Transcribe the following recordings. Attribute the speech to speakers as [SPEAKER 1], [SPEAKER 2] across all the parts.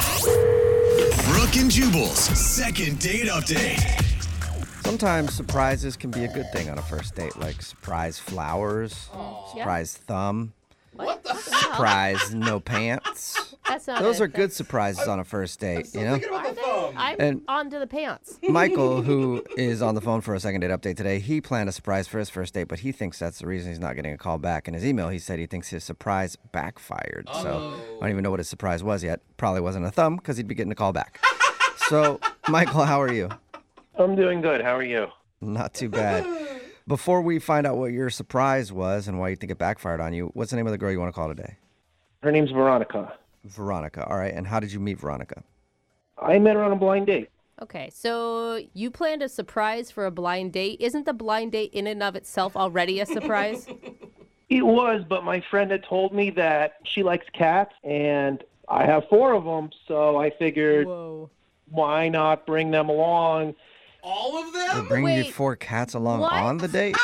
[SPEAKER 1] 102.5. Brooke and Jubal's second date update.
[SPEAKER 2] Sometimes surprises can be a good thing on a first date, like surprise flowers, surprise thumb,
[SPEAKER 3] What the
[SPEAKER 2] surprise no pants.
[SPEAKER 3] That's not
[SPEAKER 2] Those
[SPEAKER 3] a
[SPEAKER 2] are good surprises on a first date, you know?
[SPEAKER 3] thing. I'm
[SPEAKER 2] And-
[SPEAKER 3] onto the pants.
[SPEAKER 2] Michael, who is on the phone for a second date update today, he planned a surprise for his first date, but he thinks that's the reason he's not getting a call back. In his email, he said he thinks his surprise backfired. So I don't even know what his surprise was yet. Probably wasn't a thumb because he'd be getting a call back. so, Michael, how are you?
[SPEAKER 4] I'm doing good. How are you?
[SPEAKER 2] Not too bad. Before we find out what your surprise was and why you think it backfired on you, what's the name of the girl you want to call today?
[SPEAKER 4] Her name's Veronica.
[SPEAKER 2] Veronica. All right. And how did you meet Veronica?
[SPEAKER 4] I met her on a blind date.
[SPEAKER 3] Okay, so you planned a surprise for a blind date. Isn't the blind date in and of itself already a surprise?
[SPEAKER 4] It was, but my friend had told me that she likes cats, and I have four of them, so I figured
[SPEAKER 3] Whoa.
[SPEAKER 4] why not bring them along?
[SPEAKER 5] All of
[SPEAKER 2] We're
[SPEAKER 5] them?
[SPEAKER 2] bringing you
[SPEAKER 3] Oh, wait.
[SPEAKER 2] four cats along
[SPEAKER 3] What?
[SPEAKER 2] on the date?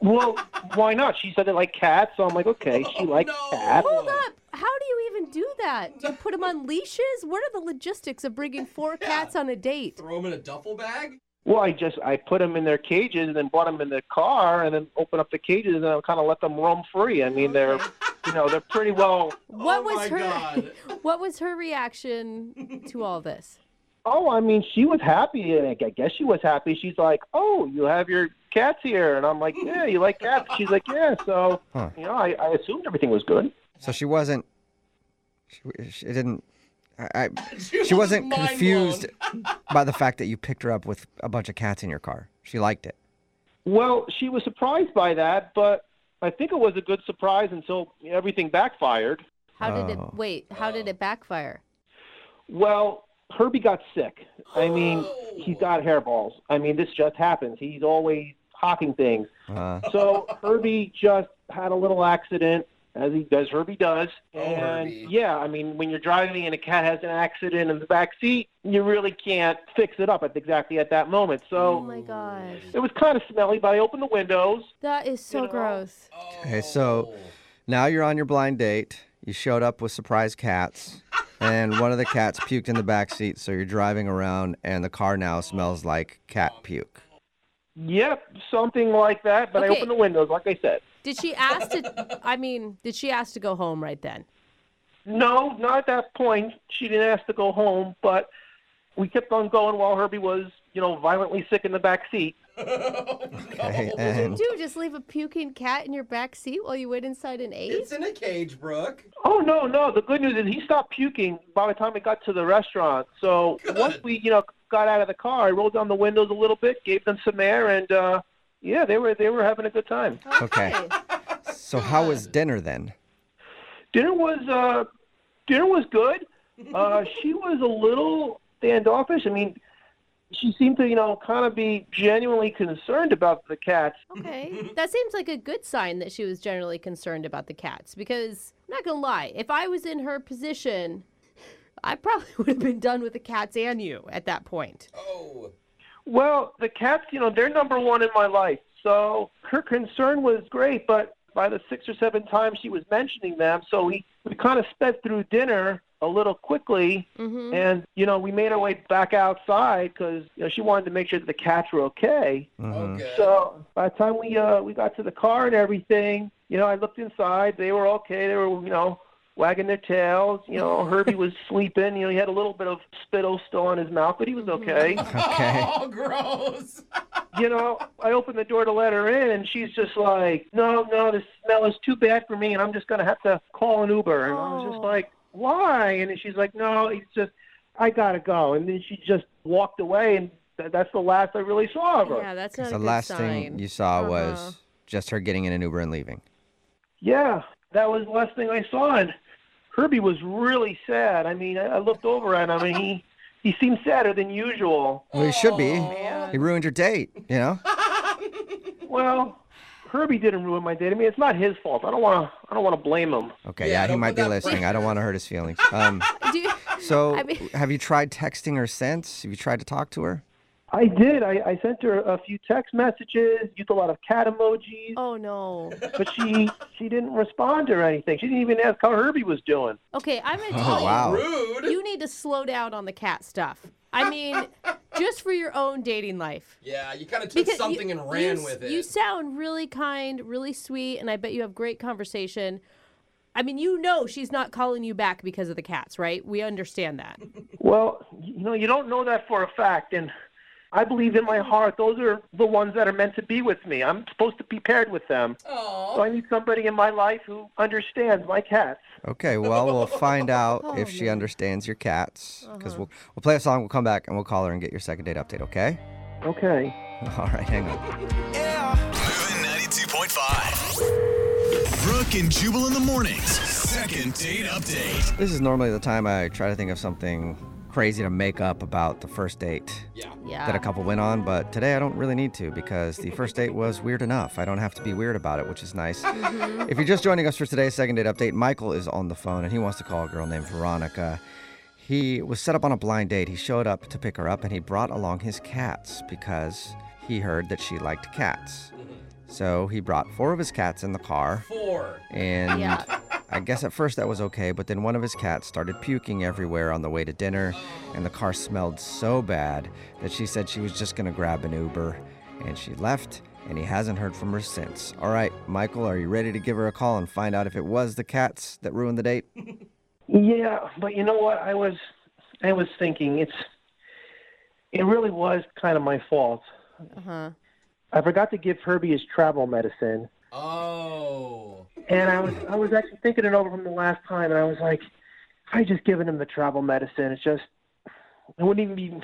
[SPEAKER 4] Well, why not? She said they like cats, so I'm like, okay, she likes
[SPEAKER 5] no.
[SPEAKER 4] cats.
[SPEAKER 3] Hold up. How do you even do that? Do you put them on leashes? What are the logistics of bringing four cats on a date?
[SPEAKER 5] Throw them in a duffel bag?
[SPEAKER 4] Well, I just I put them in their cages and then brought them in the car and then open up the cages and I kind of let them roam free. I mean, they're you know they're pretty well.
[SPEAKER 3] What
[SPEAKER 5] oh
[SPEAKER 3] was
[SPEAKER 5] my
[SPEAKER 3] her
[SPEAKER 5] God.
[SPEAKER 3] What was her reaction to all this?
[SPEAKER 4] Oh, I mean, she was happy. and I I guess she was happy. She's like, "Oh, you have your cats here," and I'm like, "Yeah, you like cats." She's like, "Yeah." So,
[SPEAKER 2] Huh.
[SPEAKER 4] you know, I, I assumed everything was good.
[SPEAKER 2] So she wasn't. She, she didn't. I, I,
[SPEAKER 5] She,
[SPEAKER 2] she
[SPEAKER 5] was
[SPEAKER 2] wasn't
[SPEAKER 5] mind
[SPEAKER 2] confused
[SPEAKER 5] blown.
[SPEAKER 2] by the fact that you picked her up with a bunch of cats in your car. She liked it.
[SPEAKER 4] Well, she was surprised by that, but I think it was a good surprise until everything backfired.
[SPEAKER 3] How did
[SPEAKER 2] Oh.
[SPEAKER 3] it wait, how did it backfire?
[SPEAKER 4] Well, Herbie got sick. I mean, he's got hairballs. I mean, this just happens. He's always hawking things.
[SPEAKER 2] Uh,
[SPEAKER 4] So Herbie just had a little accident, as he as Herbie does.
[SPEAKER 5] Oh,
[SPEAKER 4] and
[SPEAKER 5] Herbie.
[SPEAKER 4] yeah, I mean, when you're driving and a cat has an accident in the back seat, you really can't fix it up at exactly at that moment.
[SPEAKER 3] Oh
[SPEAKER 4] So
[SPEAKER 3] my gosh.
[SPEAKER 4] it was kind of smelly, but I opened the windows.
[SPEAKER 3] That is so
[SPEAKER 4] You know,
[SPEAKER 3] gross.
[SPEAKER 2] okay, so now you're on your blind date. You showed up with surprise cats, and one of the cats puked in the back seat. So you're driving around, and the car now smells like cat puke.
[SPEAKER 4] Yep, something like that. But I
[SPEAKER 3] Okay.
[SPEAKER 4] opened the windows, like I said.
[SPEAKER 3] Did she ask to? I mean, did she ask to go home right then?
[SPEAKER 4] No, not at that point. She didn't ask to go home, but we kept on going while Herbie was, you know, violently sick in the back seat.
[SPEAKER 2] Okay,
[SPEAKER 3] Oh,
[SPEAKER 2] and
[SPEAKER 3] Dude, just leave a puking cat in your back seat while you went inside and ate?
[SPEAKER 5] It's in a cage, Brooke.
[SPEAKER 4] Oh no, no. The good news is he stopped puking by the time we got to the restaurant. So
[SPEAKER 5] Good.
[SPEAKER 4] once we, you know, got out of the car, I rolled down the windows a little bit, gave them some air, and uh, yeah, they were they were having a good time.
[SPEAKER 2] Okay. so how was dinner then?
[SPEAKER 4] Dinner was uh, dinner was good. Uh, she was a little standoffish. I mean, she seemed to you know kind of be genuinely concerned about the cats.
[SPEAKER 3] Okay. That seems like a good sign that she was generally concerned about the cats because I'm not going to lie, if I was in her position, I probably would have been done with the cats and you at that point.
[SPEAKER 5] Oh.
[SPEAKER 4] Well, the cats, you know, they're number one in my life. So her concern was great, but by the six or seven times she was mentioning them, so we, we kind of sped through dinner a little quickly.
[SPEAKER 3] Mhm.
[SPEAKER 4] And, you know, we made our way back outside because, you know, she wanted to make sure that the cats were okay.
[SPEAKER 3] Oh,
[SPEAKER 2] Mhm.
[SPEAKER 5] Okay.
[SPEAKER 4] So by the time we, uh, we got to the car and everything, you know, I looked inside. They were okay. They were, you know, wagging their tails. You know, Herbie was sleeping. You know, he had a little bit of spittle still on his mouth, but he was okay.
[SPEAKER 2] Okay.
[SPEAKER 5] Oh, gross.
[SPEAKER 4] you know, I opened the door to let her in, and she's just like, "No, no, the smell is too bad for me, and I'm just gonna have to call an Uber." And I was just
[SPEAKER 3] Oh.
[SPEAKER 4] like, "Why?" And she's like, "No, it's just, I gotta go." And then she just walked away, and th- that's the last I really saw of her.
[SPEAKER 3] Yeah, that's not a
[SPEAKER 2] the
[SPEAKER 3] good
[SPEAKER 2] last
[SPEAKER 3] sign.
[SPEAKER 2] thing you saw
[SPEAKER 3] Uh-huh.
[SPEAKER 2] was just her getting in an Uber and leaving.
[SPEAKER 4] Yeah, that was the last thing I saw. And Herbie was really sad. I mean, I, I looked over at him, and he he seemed sadder than usual.
[SPEAKER 2] Well, it should be.
[SPEAKER 3] man.
[SPEAKER 2] He ruined your date, you know?
[SPEAKER 4] Well. Herbie didn't ruin my day. I mean, it's not his fault. I don't want to. I don't want to blame him.
[SPEAKER 2] Okay,
[SPEAKER 5] Yeah,
[SPEAKER 2] yeah, he
[SPEAKER 5] don't
[SPEAKER 2] might
[SPEAKER 5] put
[SPEAKER 2] be
[SPEAKER 5] that
[SPEAKER 2] listening. I don't want to hurt his feelings. Um,
[SPEAKER 3] Do you-
[SPEAKER 2] so,
[SPEAKER 3] I mean-
[SPEAKER 2] have you tried texting her since? Have you tried to talk to her?
[SPEAKER 4] I did. I, I sent her a few text messages, used a lot of cat emojis,
[SPEAKER 3] Oh no.
[SPEAKER 4] but she she didn't respond or anything. She didn't even ask how Herbie was doing.
[SPEAKER 3] Okay, I'm gonna tell
[SPEAKER 2] Oh, wow.
[SPEAKER 5] Rude.
[SPEAKER 3] you, you need to slow down on the cat stuff. I mean, just for your own dating life.
[SPEAKER 5] Yeah, you kind of took
[SPEAKER 3] Because you-
[SPEAKER 5] something and ran
[SPEAKER 3] you,
[SPEAKER 5] with
[SPEAKER 3] You
[SPEAKER 5] it.
[SPEAKER 3] sound really kind, really sweet, and I bet you have great conversation. I mean, you know she's not calling you back because of the cats, right? We understand that.
[SPEAKER 4] Well, you know, you don't know that for a fact, and I believe in my heart those are the ones that are meant to be with me. I'm supposed to be paired with them.
[SPEAKER 5] Aw.
[SPEAKER 4] So I need somebody in my life who understands my cats.
[SPEAKER 2] Okay, well, we'll find out
[SPEAKER 3] Oh,
[SPEAKER 2] if she
[SPEAKER 3] man. Uh-huh.
[SPEAKER 2] understands your cats because we'll, we'll play a song, we'll come back, and we'll call her and get your second date update, okay?
[SPEAKER 4] Okay.
[SPEAKER 2] All right, hang on.
[SPEAKER 1] Moving 92.5. Brooke and Jubal in the mornings. Second date update.
[SPEAKER 2] This is normally the time I try to think of something crazy to make up about the first date
[SPEAKER 5] Yeah.
[SPEAKER 3] Yeah.
[SPEAKER 2] that a couple went on, but today I don't really need to because the first date was weird enough. I don't have to be weird about it, which is nice. If you're just joining us for today's second date update, Michael is on the phone and he wants to call a girl named Veronica. He was set up on a blind date. He showed up to pick her up and he brought along his cats because he heard that she liked cats. So he brought four of his cats in the car.
[SPEAKER 5] Four.
[SPEAKER 2] And
[SPEAKER 3] Yeah.
[SPEAKER 2] I guess at first that was okay, but then one of his cats started puking everywhere on the way to dinner, and the car smelled so bad that she said she was just going to grab an Uber. And she left, and he hasn't heard from her since. All right, Michael, are you ready to give her a call and find out if it was the cats that ruined the date?
[SPEAKER 4] Yeah, but you know what? I was I was thinking it's it really was kind of my fault.
[SPEAKER 3] Uh-huh.
[SPEAKER 4] I forgot to give Herbie his travel medicine,
[SPEAKER 5] Oh.
[SPEAKER 4] and I was I was actually thinking it over from the last time, and I was like, if I just given him the travel medicine, it's just I wouldn't even be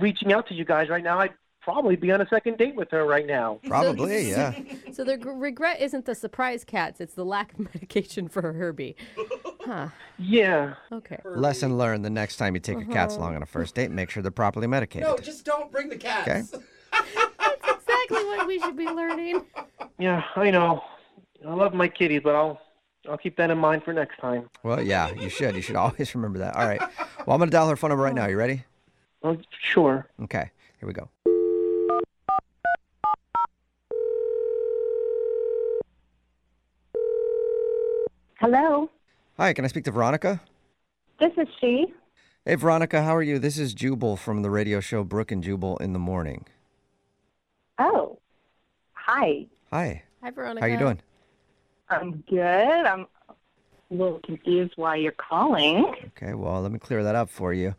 [SPEAKER 4] reaching out to you guys right now. I'd probably be on a second date with her right now.
[SPEAKER 2] Probably, yeah.
[SPEAKER 3] So the gr- regret isn't the surprise cats; it's the lack of medication for Herbie. Huh.
[SPEAKER 4] Yeah,
[SPEAKER 3] Okay.
[SPEAKER 2] Lesson learned the next time you take your cats along on a first date, make sure they're properly medicated.
[SPEAKER 5] No, just don't bring the cats.
[SPEAKER 3] That's exactly what we should be learning.
[SPEAKER 4] yeah, I know. I love my kitties, but I'll I'll keep that in mind for next time.
[SPEAKER 2] Well, yeah, you should. You should always remember that. All right. Well, I'm going to dial her phone number right now. You ready?
[SPEAKER 4] Oh, sure.
[SPEAKER 2] Okay, here we go.
[SPEAKER 6] Hello,
[SPEAKER 2] Hi, can I speak to Veronica?
[SPEAKER 6] this is she.
[SPEAKER 2] Hey, Veronica, how are you? This is Jubal from the radio show Brooke and Jubal in the Morning.
[SPEAKER 6] Oh, hi.
[SPEAKER 2] Hi,
[SPEAKER 3] Hi, Veronica.
[SPEAKER 2] how you doing?
[SPEAKER 6] I'm good. I'm a little confused why you're calling.
[SPEAKER 2] Okay, well, let me clear that up for you.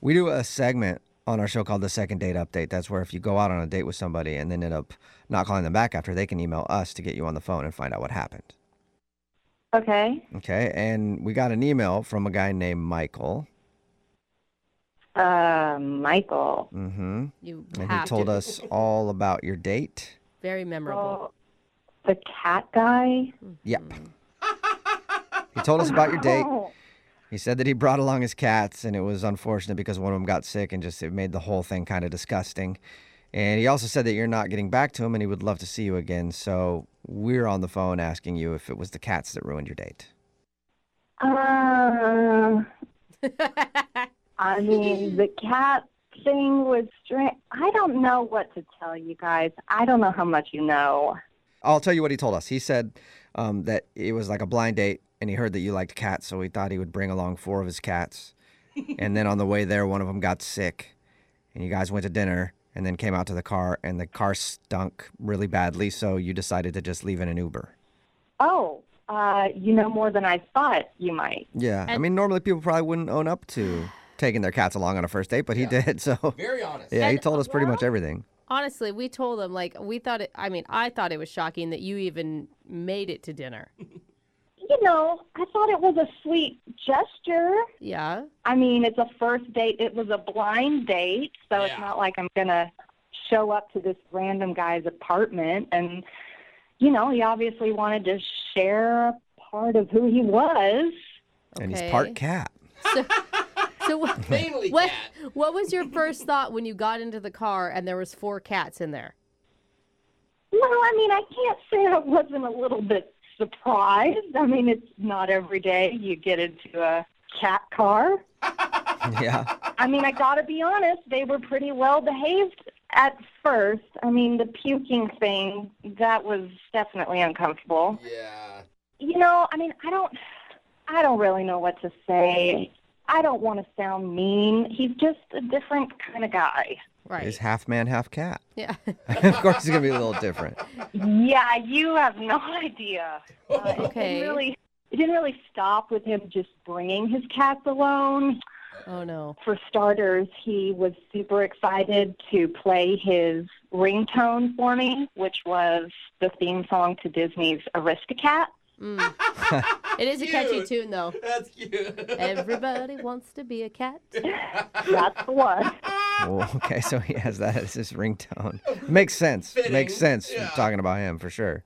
[SPEAKER 2] We do a segment on our show called The Second Date Update. That's where if you go out on a date with somebody and then end up not calling them back after, they can email us to get you on the phone and find out what happened.
[SPEAKER 6] Okay.
[SPEAKER 2] Okay, and we got an email from a guy named Michael.
[SPEAKER 6] Uh, Michael.
[SPEAKER 2] Mm-hmm.
[SPEAKER 3] You
[SPEAKER 2] And
[SPEAKER 3] have
[SPEAKER 2] he told
[SPEAKER 3] to.
[SPEAKER 2] us all about your date.
[SPEAKER 3] Very memorable.
[SPEAKER 6] Oh, the cat guy.
[SPEAKER 2] Yep.
[SPEAKER 3] Mm.
[SPEAKER 2] he told us about your date.
[SPEAKER 6] Oh,
[SPEAKER 2] He said that he brought along his cats, and it was unfortunate because one of them got sick and just it made the whole thing kind of disgusting. And he also said that you're not getting back to him and he would love to see you again. So we're on the phone asking you if it was the cats that ruined your date.
[SPEAKER 6] Uh,
[SPEAKER 5] Oh.
[SPEAKER 6] I mean, the cat thing was strange. I don't know what to tell you guys. I don't know how much you know.
[SPEAKER 2] I'll tell you what he told us. He said um, that it was like a blind date and he heard that you liked cats, so he thought he would bring along four of his cats. and then on the way there, one of them got sick and you guys went to dinner and then came out to the car and the car stunk really badly, so you decided to just leave in an Uber.
[SPEAKER 6] Oh, uh, you know more than I thought you might.
[SPEAKER 2] Yeah, I mean, normally people probably wouldn't own up to taking their cats along on a first date, but he did. So
[SPEAKER 5] Very honest.
[SPEAKER 2] yeah, he
[SPEAKER 3] And-
[SPEAKER 2] told us pretty much everything.
[SPEAKER 3] Honestly, we told him like we thought it. I mean, I thought it was shocking that you even made it to dinner.
[SPEAKER 6] You know, I thought it was a sweet gesture.
[SPEAKER 3] Yeah.
[SPEAKER 6] I mean, it's a first date. It was a blind date, so
[SPEAKER 5] Yeah.
[SPEAKER 6] it's not like I'm going to show up to this random guy's apartment. And, you know, he obviously wanted to share a part of who he was.
[SPEAKER 2] And he's
[SPEAKER 3] Okay.
[SPEAKER 2] part cat.
[SPEAKER 3] So what?
[SPEAKER 5] Mainly
[SPEAKER 3] what,
[SPEAKER 5] cat.
[SPEAKER 3] what was your first thought when you got into the car and there was four cats in there?
[SPEAKER 6] Well, I mean, I can't say I wasn't a little bit surprised. I mean, it's not every day you get into a cat car.
[SPEAKER 2] yeah.
[SPEAKER 6] I mean, I got to be honest, they were pretty well behaved at first, I mean, the puking thing, that was definitely uncomfortable.
[SPEAKER 5] Yeah.
[SPEAKER 6] You know, I mean, I don't I don't really know what to say. I don't want to sound mean. He's just a different kind of guy.
[SPEAKER 2] He's
[SPEAKER 3] Right.
[SPEAKER 2] half man, half cat.
[SPEAKER 3] Yeah.
[SPEAKER 2] of course, he's gonna be a little different.
[SPEAKER 6] Yeah, you have no idea. Uh, It
[SPEAKER 3] Okay.
[SPEAKER 6] didn't really it didn't really stop with him just bringing his cats alone.
[SPEAKER 3] Oh no.
[SPEAKER 6] For starters, he was super excited to play his ringtone for me, which was the theme song to Disney's Aristocat.
[SPEAKER 3] Mm. it is a catchy
[SPEAKER 5] Cute.
[SPEAKER 3] tune though.
[SPEAKER 5] That's cute.
[SPEAKER 3] Everybody wants to be a cat.
[SPEAKER 6] That's the one.
[SPEAKER 2] Oh, okay, so he has that as his ringtone. Makes sense. Makes
[SPEAKER 5] Fitting,
[SPEAKER 2] sense.
[SPEAKER 5] yeah.
[SPEAKER 2] Talking about him for sure.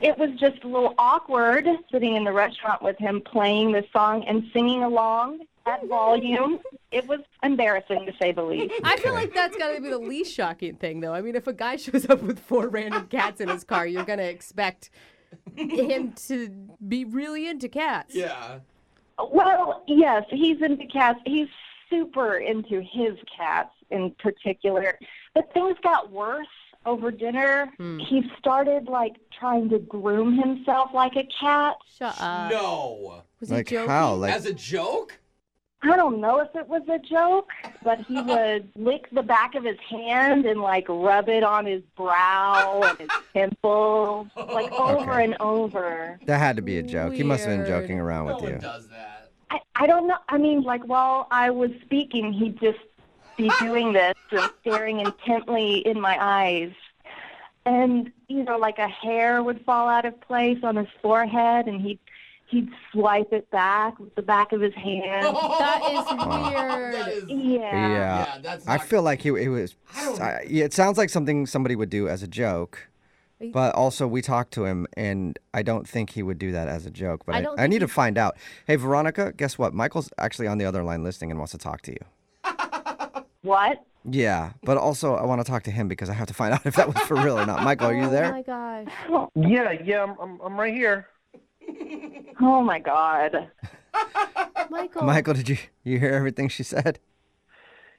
[SPEAKER 6] It was just a little awkward sitting in the restaurant with him playing this song and singing along at volume. It was embarrassing to say the least.
[SPEAKER 3] I feel like that's got to be the least shocking thing, though. I mean, if a guy shows up with four random cats in his car, you're gonna expect him to be really into cats.
[SPEAKER 5] yeah.
[SPEAKER 6] Well, yes, he's into cats. He's super into his cats in particular. But things got worse over dinner. He started like trying to groom himself like a cat.
[SPEAKER 3] Shut up.
[SPEAKER 5] no.
[SPEAKER 3] Was
[SPEAKER 2] Like
[SPEAKER 3] he joking?
[SPEAKER 2] how? Like
[SPEAKER 5] uh, As a joke?
[SPEAKER 6] I don't know if it was a joke, but he would lick the back of his hand and like rub it on his brow and his temples, like over
[SPEAKER 2] Okay.
[SPEAKER 6] and over.
[SPEAKER 2] that had to be a joke. He must have been
[SPEAKER 3] Weird.
[SPEAKER 2] joking around
[SPEAKER 5] No
[SPEAKER 2] with
[SPEAKER 5] one
[SPEAKER 2] you.
[SPEAKER 5] does that.
[SPEAKER 6] I, I don't know. I mean, like while I was speaking, he'd just be doing this and staring intently in my eyes. And, you know, like a hair would fall out of place on his forehead and he'd, he'd swipe it back with the back of his hand.
[SPEAKER 3] That
[SPEAKER 5] That
[SPEAKER 3] is weird.
[SPEAKER 5] is-
[SPEAKER 6] Yeah.
[SPEAKER 2] Yeah.
[SPEAKER 5] yeah, that's
[SPEAKER 2] I
[SPEAKER 5] not-
[SPEAKER 2] feel like he it was.
[SPEAKER 5] I don't-
[SPEAKER 2] I- yeah, it sounds like something somebody would do as a joke,
[SPEAKER 3] Are you-
[SPEAKER 2] but also we talked to him, and I don't think he would do that as a joke. But
[SPEAKER 3] I
[SPEAKER 2] I,
[SPEAKER 3] don't
[SPEAKER 2] I,
[SPEAKER 3] think
[SPEAKER 2] need to
[SPEAKER 3] he-
[SPEAKER 2] find out. Hey, Veronica, guess what? Michael's actually on the other line listening and wants to talk to you.
[SPEAKER 6] What?
[SPEAKER 2] Yeah, but also I want to talk to him because I have to find out if that was for real or not. Michael, are you
[SPEAKER 3] Oh
[SPEAKER 2] there?
[SPEAKER 3] my gosh.
[SPEAKER 4] Yeah, yeah, I'm, I'm, I'm right here.
[SPEAKER 6] Oh my God.
[SPEAKER 3] Michael.
[SPEAKER 2] Michael, did you you hear everything she said?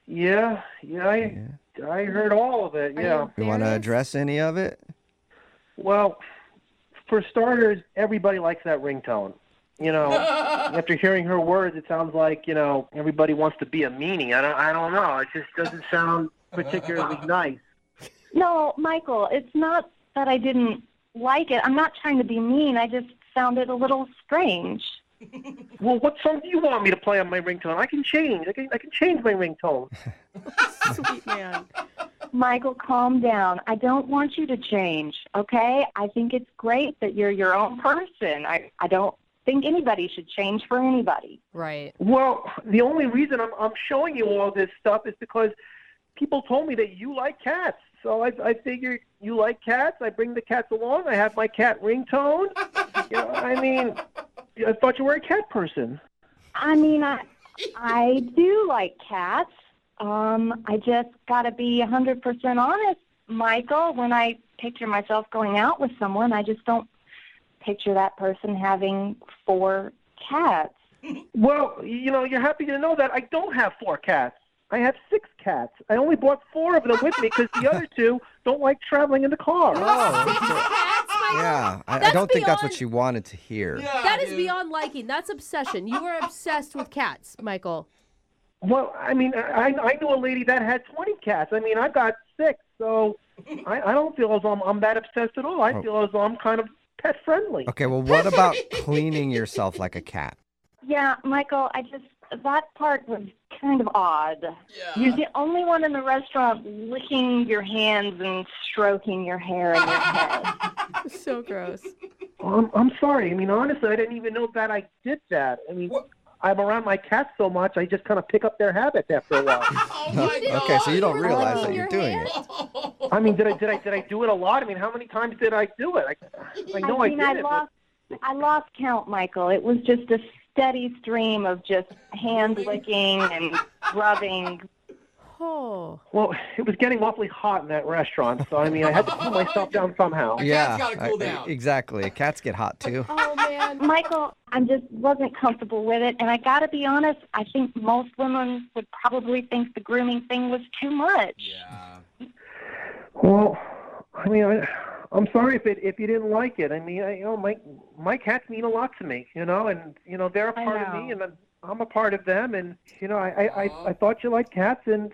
[SPEAKER 4] Yeah, yeah, I, I heard all of it.
[SPEAKER 3] are
[SPEAKER 4] Yeah.
[SPEAKER 2] You want to
[SPEAKER 3] embarrassed?
[SPEAKER 2] address any of it?
[SPEAKER 4] Well, for starters, everybody likes that ringtone. You know, after hearing her words, it sounds like you know everybody wants to be a meanie. I don't, I don't know. It just doesn't sound particularly nice.
[SPEAKER 6] No, Michael, it's not that I didn't like it. I'm not trying to be mean. I just found it a little strange.
[SPEAKER 4] Well, what song do you want me to play on my ringtone? I can change. I can, I can change my ringtone.
[SPEAKER 3] Sweet man.
[SPEAKER 6] Michael, calm down. I don't want you to change, okay? I think it's great that you're your own person. I, I don't think anybody should change for anybody.
[SPEAKER 3] Right.
[SPEAKER 4] Well, the only reason I'm, I'm showing you all this stuff is because people told me that you like cats. So I, I figured you like cats. I bring the cats along. I have my cat ringtone. You know, I mean, I thought you were a cat person.
[SPEAKER 6] I mean, I, I do like cats. Um, I just got to be a 100% honest, Michael. When I picture myself going out with someone, I just don't picture that person having four cats.
[SPEAKER 4] Well, you know, you're happy to know that I don't have four cats. I have six cats. I only brought four of them with me because the other two don't like traveling in the car.
[SPEAKER 2] Yeah, I, I
[SPEAKER 3] Ah, That's
[SPEAKER 2] don't think that's what
[SPEAKER 3] beyond-
[SPEAKER 2] she wanted to hear.
[SPEAKER 5] Yeah,
[SPEAKER 3] That is
[SPEAKER 5] dude.
[SPEAKER 3] beyond liking. That's obsession. You are obsessed with cats, Michael.
[SPEAKER 4] Well, I mean, I I knew a lady that had 20 cats. I mean, I got six, so I, I don't feel as though I'm, I'm that obsessed at all. I feel as though I'm kind of pet friendly.
[SPEAKER 2] Okay, well, what about cleaning yourself like a cat?
[SPEAKER 6] Yeah, Michael, I just, that part was kind of odd.
[SPEAKER 5] Yeah.
[SPEAKER 6] You're the only one in the restaurant licking your hands and stroking your hair and your head.
[SPEAKER 3] So gross.
[SPEAKER 4] I'm, I'm sorry. I mean, honestly, I didn't even know that I did that. I mean,
[SPEAKER 5] What?
[SPEAKER 4] I'm around my cats so much, I just kind of pick up their habits after a while.
[SPEAKER 5] Oh my
[SPEAKER 3] didn't
[SPEAKER 2] Okay, so you don't
[SPEAKER 3] were
[SPEAKER 2] realize
[SPEAKER 3] licking
[SPEAKER 2] that you're
[SPEAKER 3] your
[SPEAKER 2] doing
[SPEAKER 3] hand?
[SPEAKER 2] it.
[SPEAKER 5] God.
[SPEAKER 4] I mean, did I did I did I do it a lot? I mean, how many times did I do it? I, I know
[SPEAKER 6] I mean,
[SPEAKER 4] I
[SPEAKER 6] I,
[SPEAKER 4] did it. but-
[SPEAKER 6] lost, I lost count, Michael. It was just a steady stream of just hand licking and rubbing.
[SPEAKER 3] Oh.
[SPEAKER 4] Well, it was getting awfully hot in that restaurant, so I mean, I had to cool myself down somehow.
[SPEAKER 2] yeah,
[SPEAKER 5] gotta cool
[SPEAKER 2] I-
[SPEAKER 5] down.
[SPEAKER 2] exactly. Cats get hot too.
[SPEAKER 3] Oh man.
[SPEAKER 6] Michael, I just wasn't comfortable with it, and I got to be honest. I think most women would probably think the grooming thing was too much.
[SPEAKER 5] Yeah.
[SPEAKER 4] Well, I mean, I, I'm sorry if it if you didn't like it. I mean, I, you know, my my cats mean a lot to me, you know, and you know they're a
[SPEAKER 6] I
[SPEAKER 4] part of
[SPEAKER 6] know.
[SPEAKER 4] me, and I'm, I'm a part of them, and you know, I I, I, I thought you liked cats, and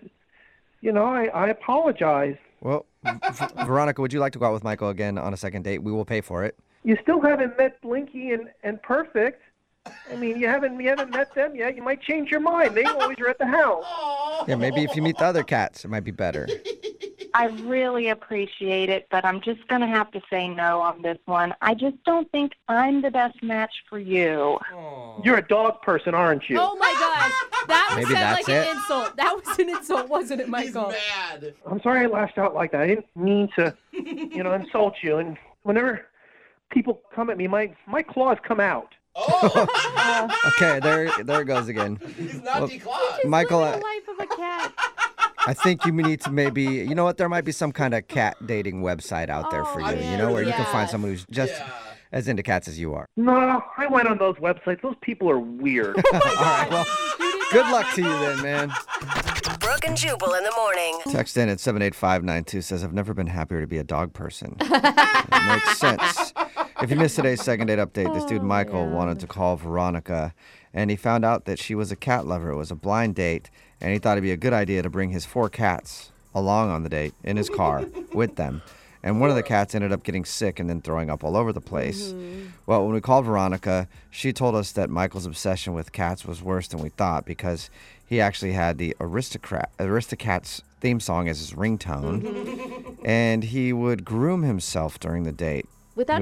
[SPEAKER 4] you know, I I apologize.
[SPEAKER 2] Well, V- Veronica, would you like to go out with Michael again on a second date? We will pay for it.
[SPEAKER 4] You still haven't met Blinky and and Perfect. I mean, you haven't you haven't met them yet. You might change your mind. They always are at the house.
[SPEAKER 2] Yeah, maybe if you meet the other cats, it might be better.
[SPEAKER 6] I really appreciate it, but I'm just going to have to say no on this one. I just don't think I'm the best match for you.
[SPEAKER 4] You're a dog person, aren't you?
[SPEAKER 3] Oh my gosh, that was
[SPEAKER 2] Maybe
[SPEAKER 3] sound
[SPEAKER 2] that's
[SPEAKER 3] like an
[SPEAKER 2] it.
[SPEAKER 3] insult. That was an insult, wasn't it,
[SPEAKER 5] He's
[SPEAKER 3] Michael?
[SPEAKER 5] mad.
[SPEAKER 4] I'm sorry I lashed out like that. I didn't mean to, you know, insult you. And whenever people come at me, my my claws come out.
[SPEAKER 5] Oh,
[SPEAKER 2] Okay, there, there it goes again.
[SPEAKER 5] he's not
[SPEAKER 2] Well,
[SPEAKER 5] declawed.
[SPEAKER 2] Michael,
[SPEAKER 3] Living
[SPEAKER 2] I-
[SPEAKER 3] the life of a cat.
[SPEAKER 2] I think you need to maybe, you know what? There might be some kind of cat dating website out there for you,
[SPEAKER 3] Oh,
[SPEAKER 2] you
[SPEAKER 5] I'm
[SPEAKER 2] know,
[SPEAKER 5] sure
[SPEAKER 2] where you can find
[SPEAKER 3] yes.
[SPEAKER 2] someone who's just
[SPEAKER 5] Yeah.
[SPEAKER 2] as into cats as you are.
[SPEAKER 4] No, I went on those websites. Those people are weird.
[SPEAKER 2] All right, well, good luck to you then, man.
[SPEAKER 7] Brooke and Jubal in the morning.
[SPEAKER 2] Text in at 78592 says, I've never been happier to be a dog person. it makes sense. If you missed today's second date update, this dude Michael wanted to call Veronica and he found out that she was a cat lover. It was a blind date and he thought it'd be a good idea to bring his four cats along on the date in his car with them. And one of the cats ended up getting sick and then throwing up all over the place. Well, when we called Veronica, she told us that Michael's obsession with cats was worse than we thought because he actually had the aristocrat aristocats theme song as his ringtone and he would groom himself during the date
[SPEAKER 3] Without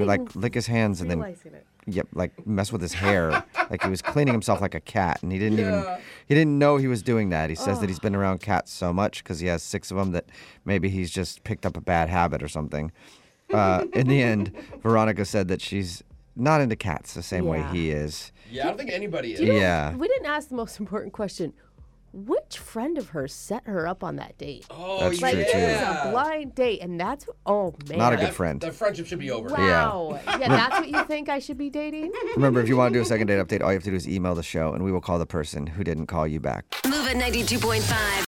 [SPEAKER 2] he would, like
[SPEAKER 3] even
[SPEAKER 2] lick his hands and then
[SPEAKER 3] Realizing it.
[SPEAKER 2] yep like mess with his hair like he was cleaning himself like a cat and he didn't even he didn't know he was doing that he says that he's been around cats so much because he has six of them that maybe he's just picked up a bad habit or something uh, in the end veronica said that she's not into cats the same way
[SPEAKER 3] Yeah.
[SPEAKER 2] he is
[SPEAKER 5] Yeah, I don't think anybody is.
[SPEAKER 3] You know,
[SPEAKER 2] Yeah.
[SPEAKER 3] We didn't ask the most important question. Which friend of hers set her up on that date?
[SPEAKER 5] Oh,
[SPEAKER 2] That's
[SPEAKER 5] yeah.
[SPEAKER 2] true, too.
[SPEAKER 3] It was a blind date, and that's oh man.
[SPEAKER 2] Not a good
[SPEAKER 5] That,
[SPEAKER 2] friend.
[SPEAKER 5] that friendship should be over.
[SPEAKER 3] Wow. Yeah. that's what you think I should be dating?
[SPEAKER 2] remember if you want to do a second date update all you have to do is email the show and we will call the person who didn't call you back
[SPEAKER 7] Move at 92.5.